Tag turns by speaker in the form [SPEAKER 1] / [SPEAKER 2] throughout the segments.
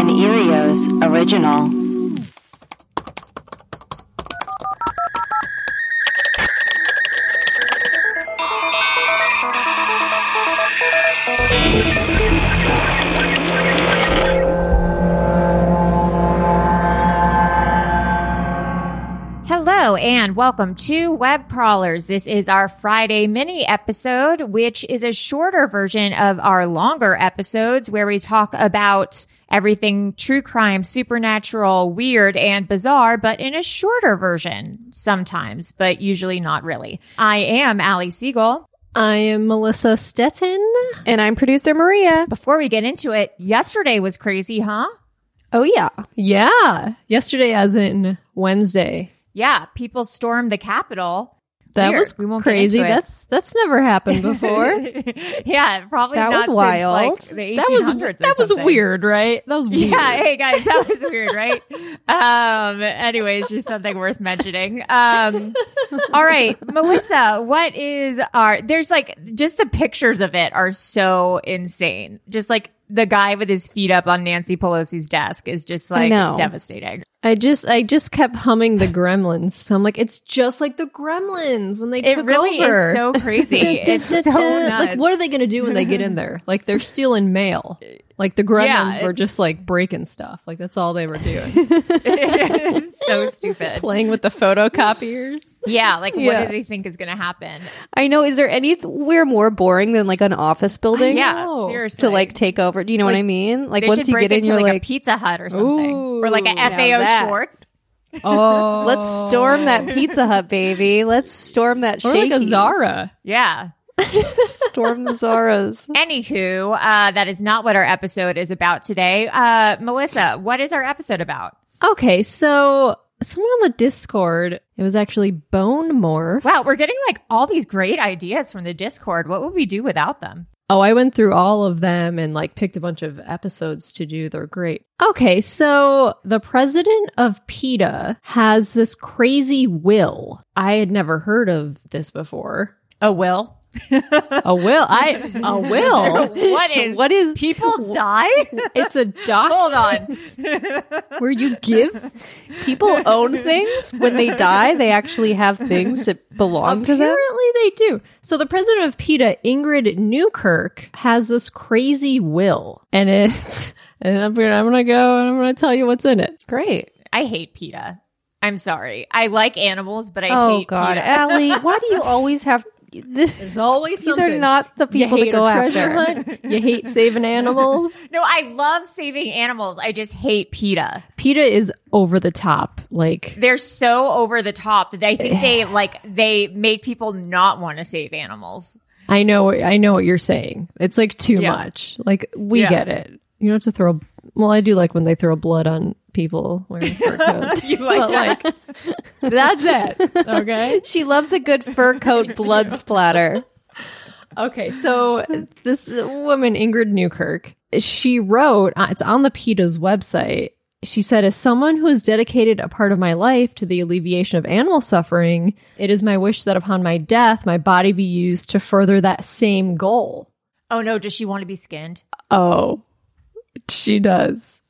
[SPEAKER 1] An Erios original.
[SPEAKER 2] Hello and welcome to Web Crawlers. This is our Friday mini episode, which is a shorter version of our longer episodes where we talk about everything true crime, supernatural, weird, and bizarre, but in a shorter version sometimes, but usually not really. I am Ali Siegel.
[SPEAKER 3] I am Melissa Stetton.
[SPEAKER 4] And I'm producer Maria.
[SPEAKER 2] Before we get into it, yesterday was crazy, huh?
[SPEAKER 4] Oh, yeah.
[SPEAKER 3] Yeah. Yesterday, as in Wednesday.
[SPEAKER 2] Yeah, people stormed the Capitol.
[SPEAKER 3] That
[SPEAKER 2] Weird.
[SPEAKER 3] was
[SPEAKER 2] We won't get
[SPEAKER 3] crazy.
[SPEAKER 2] into it.
[SPEAKER 3] That's that's never happened before.
[SPEAKER 2] yeah, probably
[SPEAKER 4] That
[SPEAKER 2] not
[SPEAKER 4] was
[SPEAKER 2] since,
[SPEAKER 4] wild.
[SPEAKER 2] like, the 1800s
[SPEAKER 3] that was
[SPEAKER 2] or
[SPEAKER 3] that was
[SPEAKER 2] something.
[SPEAKER 3] weird, right? That was weird.
[SPEAKER 2] Yeah, hey guys, that was weird, right? Um, anyways, just something worth mentioning. Um, all right, Melissa, what is our? There's like just the pictures of it are so insane. Just like the guy with his feet up on Nancy Pelosi's desk is just like
[SPEAKER 4] know.
[SPEAKER 2] devastating.
[SPEAKER 3] I just I just kept humming the Gremlins. So I'm like, it's just like the Gremlins when they
[SPEAKER 2] It
[SPEAKER 3] took
[SPEAKER 2] really
[SPEAKER 3] over.
[SPEAKER 2] is so crazy. it's so nuts.
[SPEAKER 3] like what are they going to do when they get in there? Like they're stealing mail. Like the
[SPEAKER 2] Yeah,
[SPEAKER 3] Gremlins were
[SPEAKER 2] it's-
[SPEAKER 3] just like breaking stuff. Like that's all they were doing,
[SPEAKER 2] it's so stupid.
[SPEAKER 3] playing with the photocopiers.
[SPEAKER 2] Yeah, like
[SPEAKER 3] Yeah.
[SPEAKER 2] what do they think is going to happen?
[SPEAKER 4] I know. Is there anywhere more boring than like an office building?
[SPEAKER 2] Yeah, seriously.
[SPEAKER 4] To like take over. Do you know what I mean? Like
[SPEAKER 2] they
[SPEAKER 4] once
[SPEAKER 2] should
[SPEAKER 4] you
[SPEAKER 2] break
[SPEAKER 4] get in,
[SPEAKER 2] into
[SPEAKER 4] you're
[SPEAKER 2] like,
[SPEAKER 4] like,
[SPEAKER 2] a Pizza Hut or something, or like a
[SPEAKER 3] Ooh, now
[SPEAKER 2] FAO
[SPEAKER 4] that-
[SPEAKER 2] Schwartz.
[SPEAKER 3] Oh,
[SPEAKER 4] let's storm that Pizza Hut, baby. Let's storm that
[SPEAKER 3] or like a
[SPEAKER 4] Shakey's.
[SPEAKER 3] Zara.
[SPEAKER 2] Yeah.
[SPEAKER 4] Storm the Zaras.
[SPEAKER 2] Anywho, uh, that is not what our episode is about today. Uh, Melissa, what is our episode about?
[SPEAKER 3] Okay, so someone on the Discord, it was actually Bone Morph.
[SPEAKER 2] Wow, we're getting like all these great ideas from the Discord. What would we do without them?
[SPEAKER 3] Oh, I went through all of them and like picked a bunch of episodes to do. They're great. Okay, so the president of PETA has this crazy will. I had never heard of this before.
[SPEAKER 2] A will.
[SPEAKER 3] A will. I a will.
[SPEAKER 2] What is
[SPEAKER 4] What is
[SPEAKER 2] people die?
[SPEAKER 3] It's a
[SPEAKER 2] Hold
[SPEAKER 3] document
[SPEAKER 2] on.
[SPEAKER 3] where you give
[SPEAKER 4] people own things when they die? They actually have things that belong to them.
[SPEAKER 3] Apparently they do. So the president of PETA, Ingrid Newkirk, has this crazy will. And it's and I'm gonna I'm gonna go and I'm gonna tell you what's in it.
[SPEAKER 4] Great.
[SPEAKER 2] I hate PETA. I'm sorry. I like animals, but I
[SPEAKER 4] oh
[SPEAKER 2] hate
[SPEAKER 4] God, Eh.
[SPEAKER 2] PETA.
[SPEAKER 4] Allie, why do you always have th-
[SPEAKER 3] There's always
[SPEAKER 4] these are
[SPEAKER 3] something.
[SPEAKER 4] not the
[SPEAKER 3] you
[SPEAKER 4] people
[SPEAKER 3] hate
[SPEAKER 4] to go
[SPEAKER 3] a treasure
[SPEAKER 4] after.
[SPEAKER 3] hunt. You hate saving animals.
[SPEAKER 2] No, I love saving animals. I just hate PETA.
[SPEAKER 3] PETA is over the top. Like
[SPEAKER 2] They're so over the top that I think they like they make people not want to save animals.
[SPEAKER 3] I know, I know what you're saying. It's like too
[SPEAKER 2] Yeah.
[SPEAKER 3] much. Like we
[SPEAKER 2] Yeah.
[SPEAKER 3] get it. You don't have to throw. Well, I do like when they throw blood on people wearing fur coats. but like, that's it. Okay.
[SPEAKER 4] She loves a good fur coat blood splatter.
[SPEAKER 3] Okay, so this woman, Ingrid Newkirk, she wrote, uh, it's on the PETA's website. She said, As someone who has dedicated a part of my life to the alleviation of animal suffering, it is my wish that upon my death, my body be used to further that same goal.
[SPEAKER 2] Oh no, does she want to be skinned?
[SPEAKER 3] Oh, she does.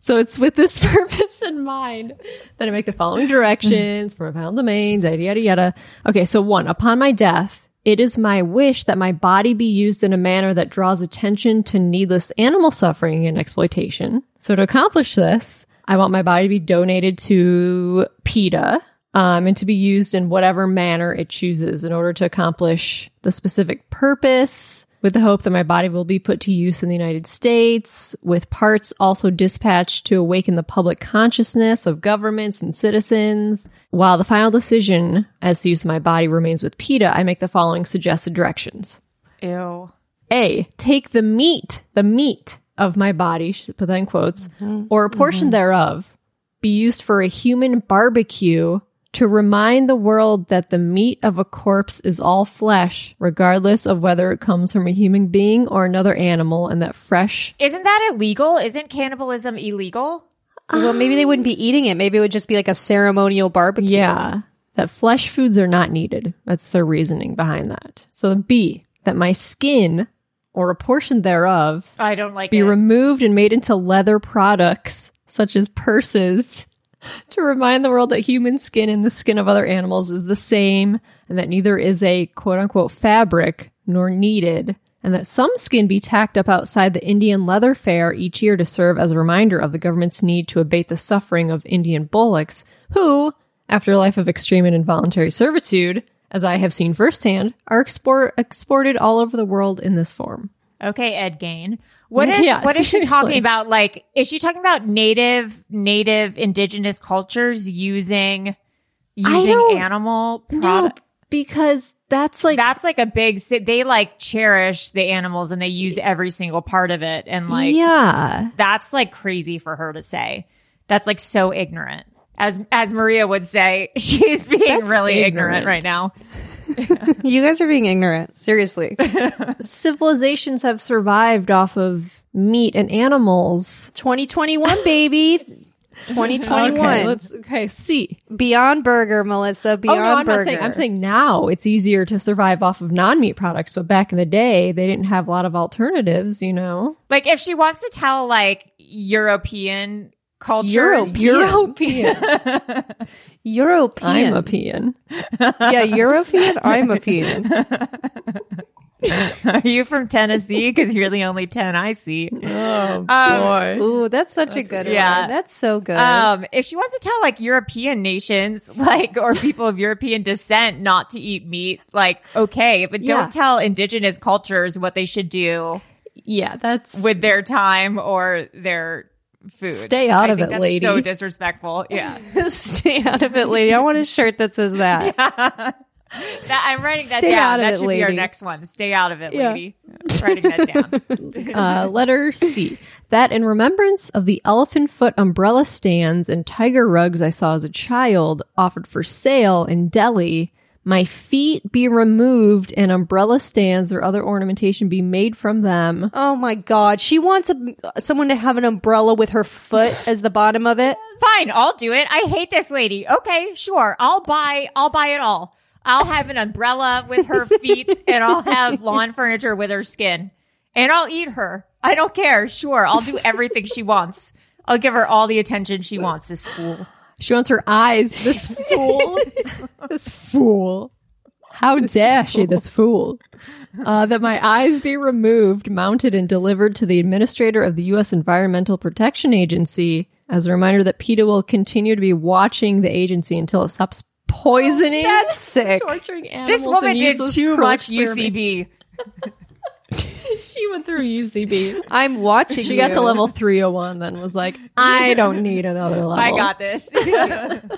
[SPEAKER 3] So it's with this purpose in mind that I make the following directions for my final domains, yada, yada, yada. Okay, so one, upon my death, it is my wish that my body be used in a manner that draws attention to needless animal suffering and exploitation. So to accomplish this, I want my body to be donated to PETA um, and to be used in whatever manner it chooses in order to accomplish the specific purpose with the hope that my body will be put to use in the United States, with parts also dispatched to awaken the public consciousness of governments and citizens. While the final decision as the use of my body remains with PETA, I make the following suggested directions.
[SPEAKER 2] Ew.
[SPEAKER 3] A. Take the meat, the meat of my body, she put that in quotes, or a portion thereof, be used for a human barbecue to remind the world that the meat of a corpse is all flesh, regardless of whether it comes from a human being or another animal, and that fresh.
[SPEAKER 2] Isn't that illegal? Isn't cannibalism illegal?
[SPEAKER 4] Well, maybe they wouldn't be eating it. Maybe it would just be like a ceremonial barbecue.
[SPEAKER 3] Yeah. That flesh foods are not needed. That's their reasoning behind that. So, B, that my skin or a portion thereof
[SPEAKER 2] I don't like
[SPEAKER 3] be
[SPEAKER 2] it.
[SPEAKER 3] removed and made into leather products such as purses to remind the world that human skin and the skin of other animals is the same and that neither is a quote unquote fabric nor needed and that some skin be tacked up outside the Indian leather fair each year to serve as a reminder of the government's need to abate the suffering of Indian bullocks who after a life of extreme and involuntary servitude as I have seen firsthand are export- exported all over the world in this form
[SPEAKER 2] okay, Ed Gain. What is
[SPEAKER 3] Yeah,
[SPEAKER 2] what is she
[SPEAKER 3] seriously.
[SPEAKER 2] talking about? Like, is she talking about native native indigenous cultures using
[SPEAKER 3] don't
[SPEAKER 2] using animal
[SPEAKER 3] No,
[SPEAKER 2] product?
[SPEAKER 3] because that's like
[SPEAKER 2] That's like a big. si- They like cherish the animals and they use every single part of it. And like,
[SPEAKER 3] yeah.
[SPEAKER 2] that's like crazy for her to say. That's like so ignorant. As as Maria would say, she's being
[SPEAKER 3] That's
[SPEAKER 2] really
[SPEAKER 3] ignorant.
[SPEAKER 2] ignorant right now.
[SPEAKER 4] You guys are being ignorant. Seriously.
[SPEAKER 3] Civilizations have survived off of meat and animals.
[SPEAKER 4] 2021, baby. 2021.
[SPEAKER 3] Okay, let's okay see.
[SPEAKER 4] Beyond Burger, Melissa. Beyond
[SPEAKER 3] oh no, I'm not
[SPEAKER 4] Burger.
[SPEAKER 3] saying. I'm saying now it's easier to survive off of non-meat products, but back in the day they didn't have a lot of alternatives. You know,
[SPEAKER 2] Like if she wants to tell like European cultures,
[SPEAKER 3] European.
[SPEAKER 4] European.
[SPEAKER 3] I'm a peon.
[SPEAKER 4] yeah, European. I'm a peon.
[SPEAKER 2] Are you from Tennessee? Because you're the only ten I see. Oh boy.
[SPEAKER 4] Ooh, that's such a good
[SPEAKER 2] yeah.
[SPEAKER 4] one. That's so good.
[SPEAKER 3] Oh.
[SPEAKER 2] Um, if she wants to tell like European nations, like or people of European descent, not to eat meat, like okay, but don't
[SPEAKER 3] Yeah.
[SPEAKER 2] tell indigenous cultures what they should do.
[SPEAKER 3] Yeah, that's
[SPEAKER 2] with their time or their food.
[SPEAKER 3] Stay out
[SPEAKER 2] I
[SPEAKER 3] of
[SPEAKER 2] think
[SPEAKER 3] it,
[SPEAKER 2] that's
[SPEAKER 3] lady.
[SPEAKER 2] So disrespectful. Yeah,
[SPEAKER 4] Stay out of it, lady. I want a shirt that says that.
[SPEAKER 2] that, I'm writing that
[SPEAKER 4] Stay out
[SPEAKER 2] down.
[SPEAKER 4] of
[SPEAKER 2] that
[SPEAKER 4] it,
[SPEAKER 2] should be our
[SPEAKER 4] lady.
[SPEAKER 2] next one. Stay out of it,
[SPEAKER 3] Yeah.
[SPEAKER 2] lady. I'm writing that down.
[SPEAKER 3] uh, letter C. That in remembrance of the elephant foot umbrella stands and tiger rugs I saw as a child offered for sale in Delhi, my feet be removed and umbrella stands or other ornamentation be made from them.
[SPEAKER 4] Oh my god, she wants a, someone to have an umbrella with her foot as the bottom of it.
[SPEAKER 2] Fine, I'll do it. I hate this lady. Okay, sure. I'll buy. I'll buy it all. I'll have an umbrella with her feet, and I'll have lawn furniture with her skin, and I'll eat her. I don't care. Sure, I'll do everything she wants. I'll give her all the attention she wants. This fool.
[SPEAKER 3] She wants her eyes. This fool. this fool. How dare she, this fool. Uh, that my eyes be removed, mounted, and delivered to the administrator of the U.S. Environmental Protection Agency as a reminder that PETA will continue to be watching the agency until it stops poisoning,
[SPEAKER 4] That's sick.
[SPEAKER 3] torturing animals.
[SPEAKER 2] This woman
[SPEAKER 3] and
[SPEAKER 2] did
[SPEAKER 3] useless
[SPEAKER 2] too
[SPEAKER 3] cruel
[SPEAKER 2] much
[SPEAKER 3] experiments.
[SPEAKER 2] UCB.
[SPEAKER 3] She went through UCB.
[SPEAKER 4] I'm watching.
[SPEAKER 3] She got
[SPEAKER 4] you.
[SPEAKER 3] to level 301, then was like, I don't need another level.
[SPEAKER 2] I got this.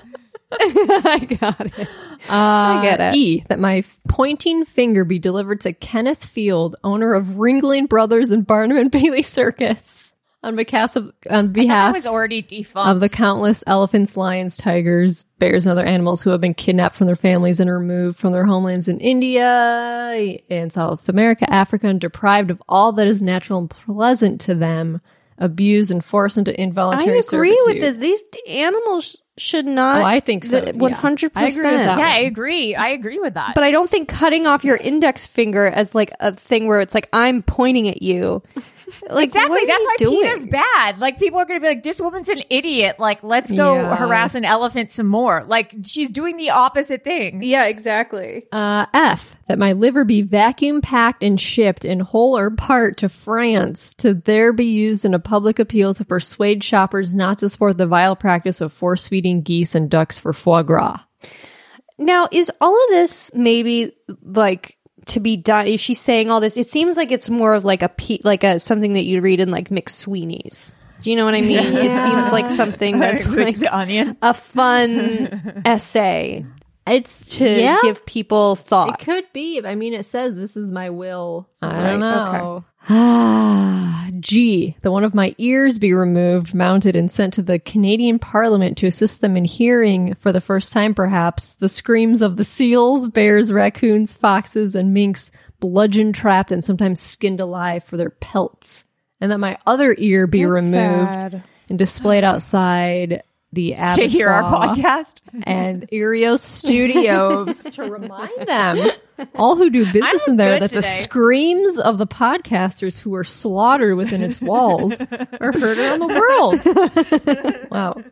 [SPEAKER 4] I got it.
[SPEAKER 3] Uh, I
[SPEAKER 4] get it.
[SPEAKER 3] E, that my f- pointing finger be delivered to Kenneth Field, owner of Ringling Brothers and Barnum and Bailey Circus, on, behalf of, on
[SPEAKER 2] that
[SPEAKER 3] behalf
[SPEAKER 2] was already defunct.
[SPEAKER 3] of the countless elephants, lions, tigers, bears, and other animals who have been kidnapped from their families and removed from their homelands in India and South America, Africa, and deprived of all that is natural and pleasant to them, abused and forced into
[SPEAKER 4] I
[SPEAKER 3] involuntary
[SPEAKER 4] agree with
[SPEAKER 3] servitude.
[SPEAKER 4] this. These d- animals should not.
[SPEAKER 3] Oh, I think so, yeah.
[SPEAKER 4] One hundred
[SPEAKER 3] I agree with that
[SPEAKER 4] percent.
[SPEAKER 2] yeah,
[SPEAKER 3] one.
[SPEAKER 2] I agree. I agree with that.
[SPEAKER 4] But I don't think cutting off your index finger as like a thing where it's like I'm pointing at you. Like, what
[SPEAKER 2] exactly.
[SPEAKER 4] are
[SPEAKER 2] That's
[SPEAKER 4] you
[SPEAKER 2] why
[SPEAKER 4] doing?
[SPEAKER 2] PETA's bad. Like people are going to be like, this woman's an idiot. Like let's go
[SPEAKER 3] Yeah.
[SPEAKER 2] harass an elephant some more. Like she's doing the opposite thing.
[SPEAKER 4] Yeah, exactly.
[SPEAKER 3] Uh, F, that my liver be vacuum packed and shipped in whole or part to France to there be used in a public appeal to persuade shoppers not to support the vile practice of force feeding geese and ducks for foie gras.
[SPEAKER 4] Now, is all of this maybe like to be done? Is she saying all this? It seems like it's more of like a pe- like a something that you read in like McSweeney's. Do you know what I mean? It seems like something that's like
[SPEAKER 2] the onion.
[SPEAKER 4] a fun essay
[SPEAKER 3] It's
[SPEAKER 4] to
[SPEAKER 3] yeah,
[SPEAKER 4] give people
[SPEAKER 3] It
[SPEAKER 4] thought.
[SPEAKER 3] could be. I mean, it says this is my will. I don't
[SPEAKER 4] Right, okay.
[SPEAKER 3] know. Ah, G. That one of my ears be removed, mounted, and sent to the Canadian Parliament to assist them in hearing, for the first time perhaps, the screams of the seals, bears, raccoons, foxes, and minks, bludgeon trapped and sometimes skinned alive for their pelts. And that my other ear be removed and displayed outside the
[SPEAKER 2] To hear our
[SPEAKER 3] abattoir
[SPEAKER 2] podcast.
[SPEAKER 3] and Erio Studios to remind them all who do business
[SPEAKER 2] I'm
[SPEAKER 3] in there
[SPEAKER 2] good
[SPEAKER 3] that the
[SPEAKER 2] today.
[SPEAKER 3] screams of the podcasters who are slaughtered within its walls are heard around the world. Wow.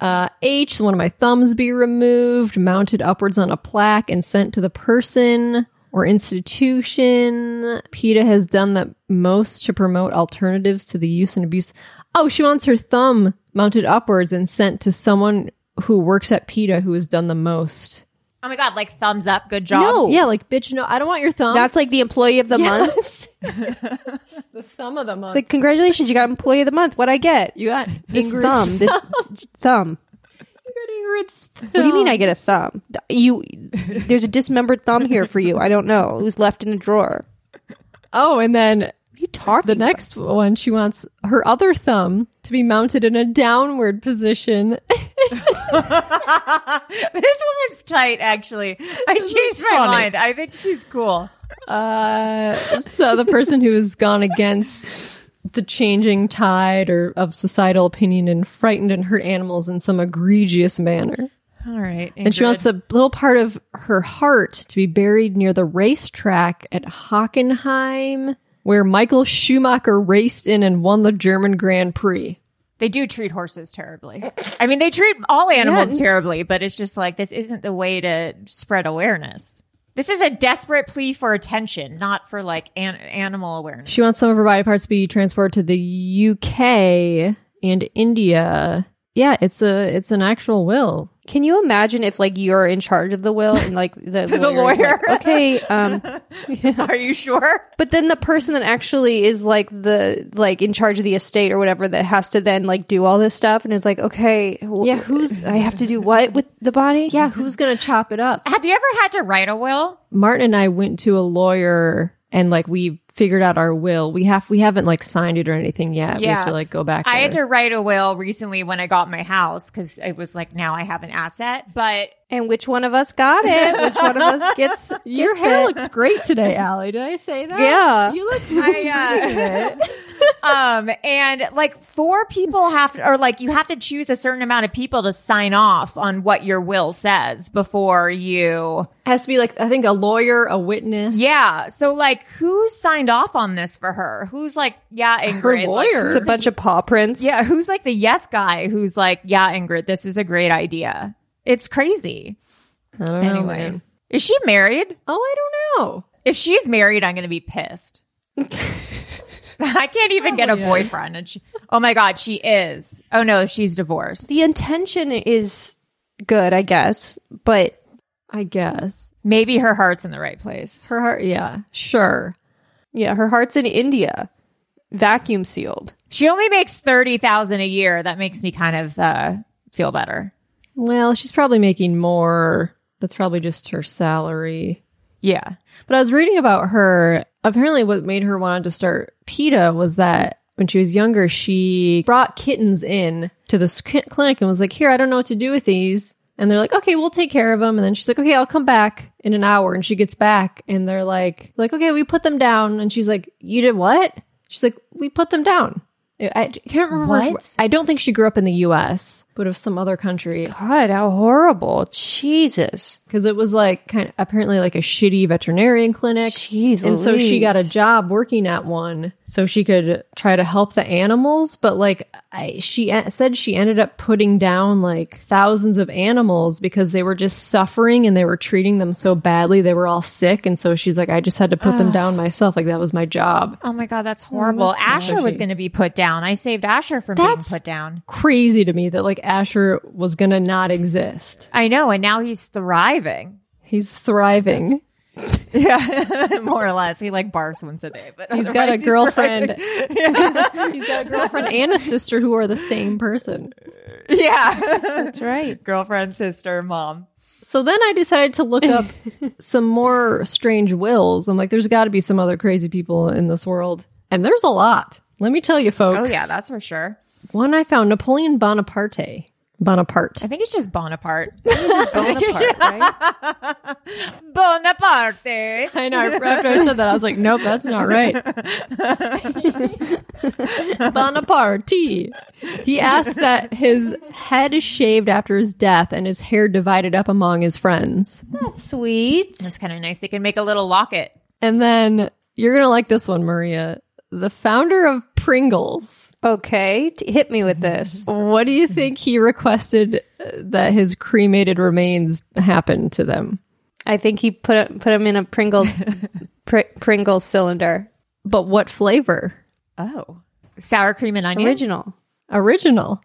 [SPEAKER 3] Uh, H, one of my thumbs be removed, mounted upwards on a plaque, and sent to the person or institution. PETA has done the most to promote alternatives to the use and abuse. Oh, she wants her thumb mounted upwards and sent to someone who works at PETA who has done the most.
[SPEAKER 2] Oh my god! Like thumbs up. Good job.
[SPEAKER 3] Yeah, like, bitch, no, I don't want your thumb.
[SPEAKER 4] That's like the employee of the month. It's
[SPEAKER 3] the thumb of the month.
[SPEAKER 4] like congratulations, you got employee of the month. What I get?
[SPEAKER 3] you got
[SPEAKER 4] This
[SPEAKER 3] Ingrid's
[SPEAKER 4] thumb. This thumb.
[SPEAKER 3] You got Ingrid's thumb.
[SPEAKER 4] What do you mean I get a thumb? You there's a dismembered thumb here for you. I don't know. It was left in a drawer.
[SPEAKER 3] Oh, and then
[SPEAKER 4] What are you talking
[SPEAKER 3] The next one, she wants her other thumb to be mounted in a downward position.
[SPEAKER 2] this woman's tight. Actually, I changed my
[SPEAKER 3] funny.
[SPEAKER 2] mind. I think she's cool.
[SPEAKER 3] Uh, so the person who has gone against the changing tide or of societal opinion and frightened and hurt animals in some egregious manner.
[SPEAKER 2] All right.
[SPEAKER 3] And she wants a little part of her heart to be buried near the racetrack at Hockenheim, where Michael Schumacher raced in and won the German Grand Prix.
[SPEAKER 2] They do treat horses terribly. I mean, they treat all animals terribly, but it's just like this isn't the way to spread awareness. This is a desperate plea for attention, not for like an- animal awareness.
[SPEAKER 3] She wants some of her body parts to be transported to the UK and India. Yeah, it's a it's an actual will.
[SPEAKER 4] Can you imagine if like you're in charge of the will and like the,
[SPEAKER 2] The
[SPEAKER 4] lawyer's
[SPEAKER 2] lawyer.
[SPEAKER 4] like, okay, um
[SPEAKER 2] Are you sure?
[SPEAKER 4] but then the person that actually is like the like in charge of the estate or whatever that has to then like do all this stuff and is like, okay, wh-
[SPEAKER 3] Yeah, who's-
[SPEAKER 4] I have to do what with the body?
[SPEAKER 3] Yeah, who's gonna chop it up?
[SPEAKER 2] Have you ever had to write a will?
[SPEAKER 3] Martin and I went to a lawyer and like we figured out our will. We have we haven't like signed it or anything yet. We
[SPEAKER 2] Yeah.
[SPEAKER 3] have to like go back.
[SPEAKER 2] I had
[SPEAKER 3] there.
[SPEAKER 2] to write a will recently when I got my house because it was like now I have an asset. But
[SPEAKER 4] And which one of us got it? Which one of us gets
[SPEAKER 3] Your
[SPEAKER 4] gets
[SPEAKER 3] hair
[SPEAKER 4] it?
[SPEAKER 3] looks great today, Allie. Did I say that?
[SPEAKER 4] Yeah.
[SPEAKER 3] You look
[SPEAKER 2] I, uh, um, and like four people have to, or like you have to choose a certain amount of people to sign off on what your will says before you.
[SPEAKER 3] has to be like I think a lawyer, a witness.
[SPEAKER 2] Yeah. So like who signed off on this for her? Who's like, yeah, Ingrid.
[SPEAKER 3] Her
[SPEAKER 2] like,
[SPEAKER 3] lawyer.
[SPEAKER 4] It's a bunch of paw prints.
[SPEAKER 2] yeah. Who's like the yes guy who's like, yeah, Ingrid, this is a great idea. It's crazy.
[SPEAKER 3] I don't know.
[SPEAKER 2] Anyway.
[SPEAKER 3] man.
[SPEAKER 2] is she married?
[SPEAKER 3] Oh, I don't know.
[SPEAKER 2] If she's married, I'm going to be pissed. I can't even get a boyfriend. And she, oh my God, she is. Oh no, she's divorced.
[SPEAKER 4] the intention is good, I guess. But
[SPEAKER 3] I guess.
[SPEAKER 2] Maybe her heart's in the right place.
[SPEAKER 3] Her heart, yeah, sure.
[SPEAKER 4] yeah, her heart's in India, vacuum sealed.
[SPEAKER 2] She only makes 30,000 a year. That makes me kind of uh, feel better.
[SPEAKER 3] Well, she's probably making more. That's probably just her salary.
[SPEAKER 2] Yeah.
[SPEAKER 3] But I was reading about her. Apparently, what made her want to start PETA was that when she was younger, she brought kittens in to this ki- clinic and was like, Here, I don't know what to do with these. And they're like, Okay, we'll take care of them. And then she's like, Okay, I'll come back in an hour. And she gets back and they're like, like Okay, we put them down. And she's like, You did what? She's like, We put them down. I- I can't remember. if-
[SPEAKER 2] What?
[SPEAKER 3] I don't think she grew up in the US, but of some other country.
[SPEAKER 4] God, how horrible! Jesus,
[SPEAKER 3] because it was like kind of apparently like a shitty veterinarian clinic.
[SPEAKER 4] Jeez
[SPEAKER 3] and so she
[SPEAKER 4] Louise.
[SPEAKER 3] got a job working at one so she could try to help the animals. But like I, she en- said, she ended up putting down like thousands of animals because they were just suffering and they were treating them so badly. They were all sick, and so she's like, I just had to put them down myself. Like that was my job.
[SPEAKER 2] Oh my God, that's horrible. Asher was going to be put down. I saved Asher from
[SPEAKER 3] That's-
[SPEAKER 2] being put down.
[SPEAKER 3] Crazy to me that like Asher was gonna not exist.
[SPEAKER 2] I know. And now he's thriving.
[SPEAKER 3] He's thriving.
[SPEAKER 2] Yeah, more or less. He like barfs once a day, but
[SPEAKER 3] He's got a
[SPEAKER 2] otherwise
[SPEAKER 3] girlfriend.
[SPEAKER 2] thriving. yeah.
[SPEAKER 3] He's got a girlfriend and a sister who are the same person.
[SPEAKER 2] that's right. Girlfriend, sister, mom.
[SPEAKER 3] So then I decided to look up some more strange wills. I'm like, there's got to be some other crazy people in this world. And there's a lot. Let me tell you, folks.
[SPEAKER 2] Oh yeah, that's for sure.
[SPEAKER 3] One I found Napoleon Bonaparte. Bonaparte.
[SPEAKER 2] I think it's just Bonaparte.
[SPEAKER 3] Bonaparte, right?
[SPEAKER 2] Bonaparte.
[SPEAKER 3] I know. After I said that, I was like, nope, that's not right. Bonaparte. He asked that his head is shaved after his death and his hair divided up among his friends.
[SPEAKER 4] sweet.
[SPEAKER 2] That's kind of nice. They can make a little locket.
[SPEAKER 3] And then you're going to like this one, Maria. The founder of Pringles.
[SPEAKER 4] Okay, t- hit me with this.
[SPEAKER 3] What do you think he requested uh, that his cremated remains happen to them?
[SPEAKER 4] I think he put it- put him in a Pringles pr- Pringles cylinder.
[SPEAKER 3] But what flavor?
[SPEAKER 2] Oh, sour cream and onion.
[SPEAKER 4] Original.
[SPEAKER 3] Original.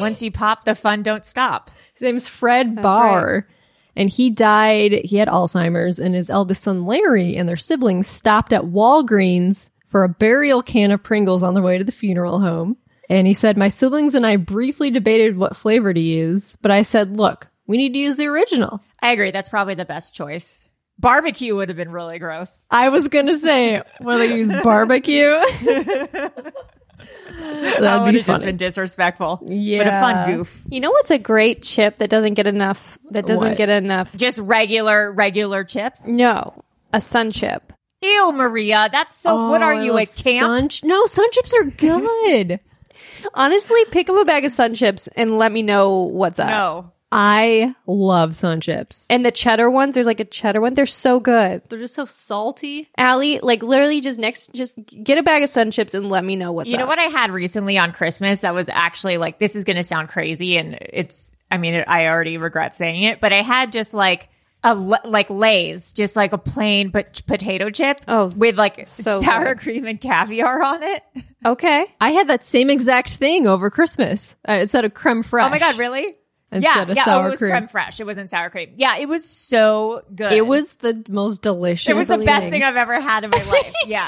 [SPEAKER 2] Once you pop, the fun don't stop.
[SPEAKER 3] His name's Fred Barr. And he died, he had Alzheimer's, and his eldest son Larry and their siblings stopped at Walgreens for a burial can of Pringles on their way to the funeral home. And he said, My siblings and I briefly debated what flavor to use, but I said, Look, we need to use the original.
[SPEAKER 2] I agree. That's probably the best choice. Barbecue would have been really gross.
[SPEAKER 3] I was gonna say whether you use barbecue.
[SPEAKER 2] I
[SPEAKER 3] That'd
[SPEAKER 2] would
[SPEAKER 3] be
[SPEAKER 2] have just been
[SPEAKER 3] funny.
[SPEAKER 2] disrespectful. But a
[SPEAKER 3] Yeah.
[SPEAKER 2] fun goof.
[SPEAKER 4] You know what's a great chip that doesn't get enough? That doesn't
[SPEAKER 3] What?
[SPEAKER 4] get enough.
[SPEAKER 2] Just regular, regular chips.
[SPEAKER 4] No, a sun chip.
[SPEAKER 2] Ew, Maria. That's so. what
[SPEAKER 3] Oh,
[SPEAKER 2] are
[SPEAKER 3] I
[SPEAKER 2] you
[SPEAKER 3] love
[SPEAKER 2] at camp?
[SPEAKER 3] Sun ch- no, sun chips are good.
[SPEAKER 4] Honestly, pick up a bag of sun chips and let me know what's up.
[SPEAKER 2] No.
[SPEAKER 3] I love sun chips.
[SPEAKER 4] And the cheddar ones, there's like a cheddar one. They're so good.
[SPEAKER 3] They're just so salty.
[SPEAKER 4] Allie, like literally just next, just get a bag of sun chips and let me know what's
[SPEAKER 2] You know
[SPEAKER 4] up.
[SPEAKER 2] what I had recently on Christmas that was actually like this is going to sound crazy and it's I mean it, I already regret saying it, but I had just like a l- like Lay's, just like a plain but potato chip
[SPEAKER 4] Oh,
[SPEAKER 2] with like
[SPEAKER 4] so
[SPEAKER 2] sour
[SPEAKER 4] good.
[SPEAKER 2] cream and caviar on it.
[SPEAKER 4] Okay.
[SPEAKER 3] I had that same exact thing over Christmas uh, instead of creme fraiche.
[SPEAKER 2] Oh my god, really?
[SPEAKER 3] Instead
[SPEAKER 2] yeah,
[SPEAKER 3] of
[SPEAKER 2] yeah.
[SPEAKER 3] sour
[SPEAKER 2] oh, it was
[SPEAKER 3] cream.
[SPEAKER 2] creme fraiche. It wasn't sour cream. Yeah, it was so good.
[SPEAKER 3] It was the most delicious.
[SPEAKER 2] It was the best thing I've ever had in my life. Yeah.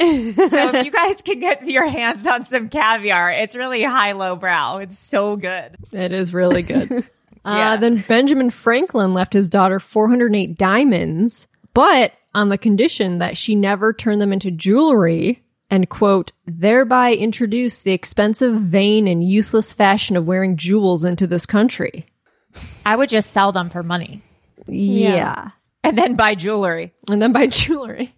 [SPEAKER 2] so if you guys can get your hands on some caviar, it's really high low brow. It's so good.
[SPEAKER 3] It is really good. uh, then Benjamin Franklin left his daughter 408 diamonds, but on the condition that she never turn them into jewelry and, quote, thereby introduce the expensive, vain, and useless fashion of wearing jewels into this country.
[SPEAKER 2] I would just sell them for money
[SPEAKER 3] Yeah.
[SPEAKER 2] and then buy jewelry.
[SPEAKER 3] And then buy jewelry.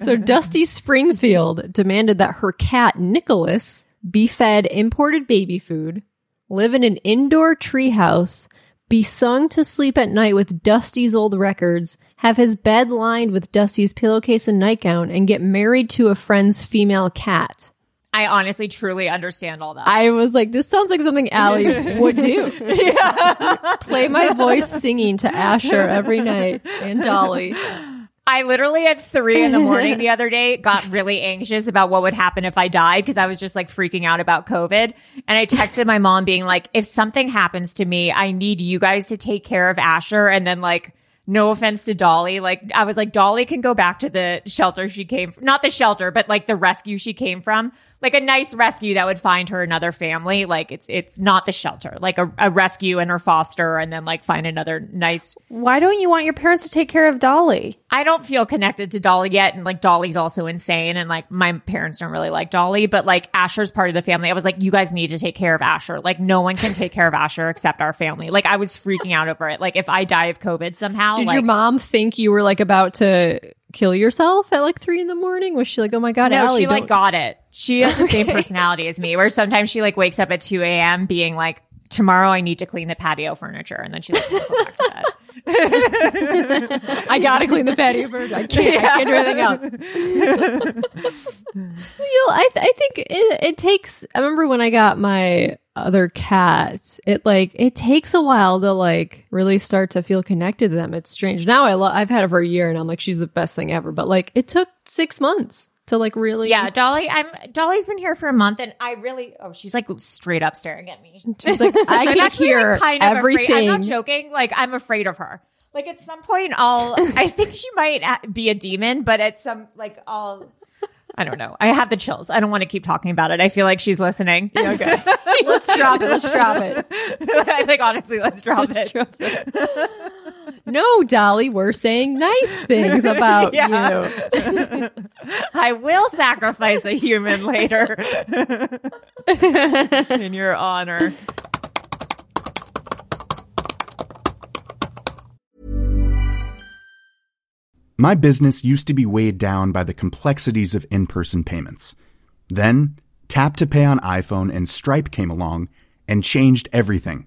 [SPEAKER 3] so Dusty Springfield demanded that her cat, Nicholas, be fed imported baby food, live in an indoor treehouse, be sung to sleep at night with Dusty's old records, have his bed lined with Dusty's pillowcase and nightgown, and get married to a friend's female cat.
[SPEAKER 2] I honestly truly understand all that.
[SPEAKER 3] I was like, this sounds like something Allie would do. Play my voice singing to Asher every night and Dolly.
[SPEAKER 2] I literally at three in the morning the other day got really anxious about what would happen if I died because I was just like freaking out about COVID. And I texted my mom being like, if something happens to me, I need you guys to take care of Asher. And then like, no offense to Dolly. Like, I was like, Dolly can go back to the shelter she came from. Not the shelter, but like the rescue she came from. Like a nice rescue that would find her another family. Like it's, it's not the shelter, like a, a rescue and her foster and then like find another nice
[SPEAKER 4] Why don't you want your parents to take care of Dolly?
[SPEAKER 2] I don't feel connected to Dolly yet. And like Dolly's also insane. And like my parents don't really like Dolly, but like Asher's part of the family. I was like, you guys need to take care of Asher. Like no one can take care of Asher except our family. Like I was freaking out over it. Like if I die of COVID somehow,
[SPEAKER 3] Did
[SPEAKER 2] like,
[SPEAKER 3] your mom think you were like about to kill yourself at like three in the morning? Was she like, oh my god,
[SPEAKER 2] no,
[SPEAKER 3] Allie,
[SPEAKER 2] she like
[SPEAKER 3] don't-
[SPEAKER 2] got it. She has the same personality as me, where sometimes she like wakes up at 2 a.m. being like, tomorrow I need to clean the patio furniture. And then she like, will go back to bed.
[SPEAKER 3] I gotta clean the patio first. I can't, I can't do anything else. You know, I, th- I think it, it takes. I remember when I got my other cats. It like it takes a while to like really start to feel connected to them. It's strange. Now I love. I've had her for a year, and I'm like, she's the best thing ever. But like, it took six months to like really.
[SPEAKER 2] Yeah, Dolly, I'm Dolly's been here for a month and I really oh, she's like straight up staring at me.
[SPEAKER 3] She's like, I
[SPEAKER 2] I'm
[SPEAKER 3] can
[SPEAKER 2] actually
[SPEAKER 3] hear
[SPEAKER 2] like, kind of
[SPEAKER 3] everything.
[SPEAKER 2] Afraid. I'm not joking. Like I'm afraid of her. Like at some point, I'll. I think she might a- be a demon, but at some like I'll. I don't know. I have the chills. I don't want to keep talking about it. I feel like she's listening. Okay.
[SPEAKER 3] Let's drop it. Let's drop it.
[SPEAKER 2] I think honestly, let's drop it.
[SPEAKER 3] no, Dolly, we're saying nice things about
[SPEAKER 2] Yeah.
[SPEAKER 3] you.
[SPEAKER 2] I will sacrifice a human later in your honor.
[SPEAKER 5] My business used to be weighed down by the complexities of in person payments. Then, Tap to Pay on iPhone and Stripe came along and changed everything.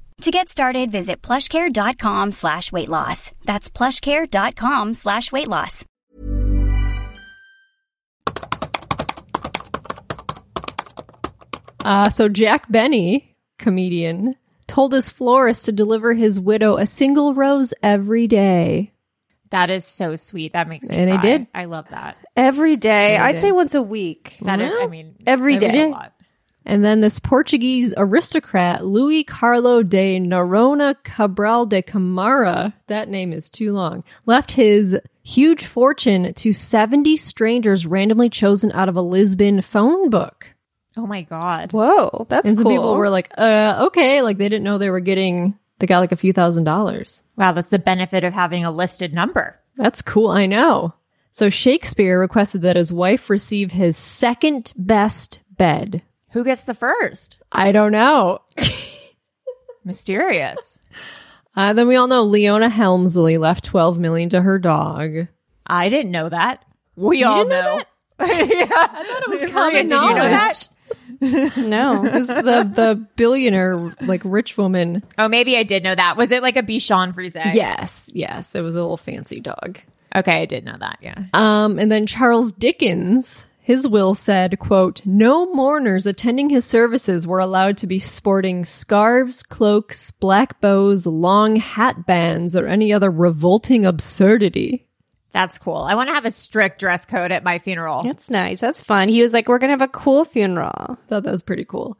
[SPEAKER 1] To get started, visit plushcare.com slash weight loss. That's plushcare.com slash weight loss.
[SPEAKER 3] Uh, so Jack Benny, comedian, told his florist to deliver his widow a single rose every day.
[SPEAKER 2] That is so sweet. That makes me.
[SPEAKER 3] And he
[SPEAKER 2] cry.
[SPEAKER 3] did.
[SPEAKER 2] I love that.
[SPEAKER 4] Every day.
[SPEAKER 3] Every
[SPEAKER 4] I'd
[SPEAKER 3] day.
[SPEAKER 4] say once a week.
[SPEAKER 2] That is. I mean,
[SPEAKER 4] Every
[SPEAKER 2] that's
[SPEAKER 4] day.
[SPEAKER 2] A lot.
[SPEAKER 3] And then this Portuguese aristocrat, Luis Carlo de Narona Cabral de Camara, that name is too long, left his huge fortune to 70 strangers randomly chosen out of a Lisbon phone book.
[SPEAKER 2] Oh my god.
[SPEAKER 4] Whoa, that's
[SPEAKER 3] and some
[SPEAKER 4] cool.
[SPEAKER 3] people were like, uh, okay. Like they didn't know they were getting, they got like a few thousand dollars.
[SPEAKER 2] Wow, that's the benefit of having a listed number.
[SPEAKER 3] That's cool. I know. So Shakespeare requested that his wife receive his second best bed.
[SPEAKER 2] Who gets the first?
[SPEAKER 3] I don't know.
[SPEAKER 2] Mysterious.
[SPEAKER 3] Uh, then we all know Leona Helmsley left 12 million to her dog.
[SPEAKER 2] I didn't know that. We all know. yeah. I thought it
[SPEAKER 3] was common
[SPEAKER 2] Did you know that?
[SPEAKER 3] knowledge.
[SPEAKER 4] no.
[SPEAKER 3] Is the the billionaire like rich woman?
[SPEAKER 2] Oh, maybe I did know that. Was it like a Bichon Frise?
[SPEAKER 3] Yes, yes, it was a little fancy dog.
[SPEAKER 2] Okay, I did know that. Yeah.
[SPEAKER 3] Um, and then Charles Dickens, his will said, quote, no mourners attending his services were allowed to be sporting scarves, cloaks, black bows, long hat bands, or any other revolting absurdity.
[SPEAKER 2] That's cool. I want to have a strict dress code at my funeral.
[SPEAKER 4] That's nice. That's fun. He was like, we're going to have a cool funeral.
[SPEAKER 3] Thought that was pretty cool.